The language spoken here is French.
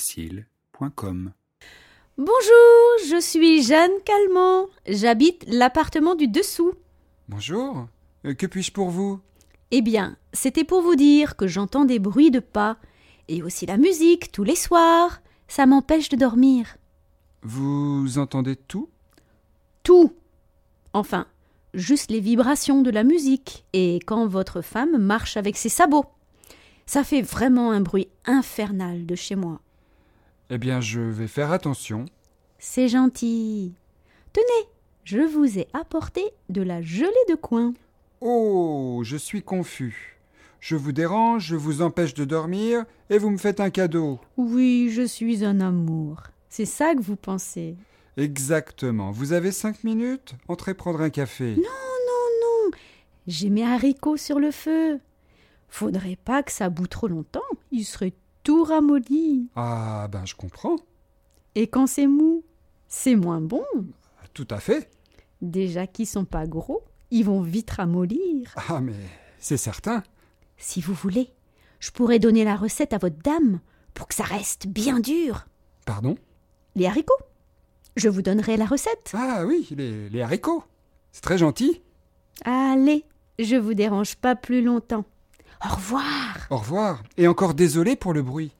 podcastfrancaisfacile.com. Bonjour, je suis Jeanne Calment. J'habite l'appartement du dessous. Bonjour, euh, que puis-je pour vous Eh bien, c'était pour vous dire que j'entends des bruits de pas et aussi la musique tous les soirs. Ça m'empêche de dormir. Vous entendez tout Tout. Enfin, juste les vibrations de la musique et quand votre femme marche avec ses sabots. Ça fait vraiment un bruit infernal de chez moi. Eh bien, je vais faire attention. C'est gentil. Tenez, je vous ai apporté de la gelée de coin. Oh, je suis confus. Je vous dérange, je vous empêche de dormir, et vous me faites un cadeau. Oui, je suis un amour. C'est ça que vous pensez. Exactement. Vous avez cinq minutes Entrez prendre un café. J'ai mes haricots sur le feu. Faudrait pas que ça bout trop longtemps, il serait tout ramolli. Ah, ben je comprends. Et quand c'est mou, c'est moins bon. Tout à fait. Déjà qu'ils sont pas gros, ils vont vite ramollir. Ah, mais c'est certain. Si vous voulez, je pourrais donner la recette à votre dame pour que ça reste bien dur. Pardon Les haricots Je vous donnerai la recette. Ah oui, les, les haricots. C'est très gentil. Allez, je vous dérange pas plus longtemps. Au revoir Au revoir. Et encore désolé pour le bruit.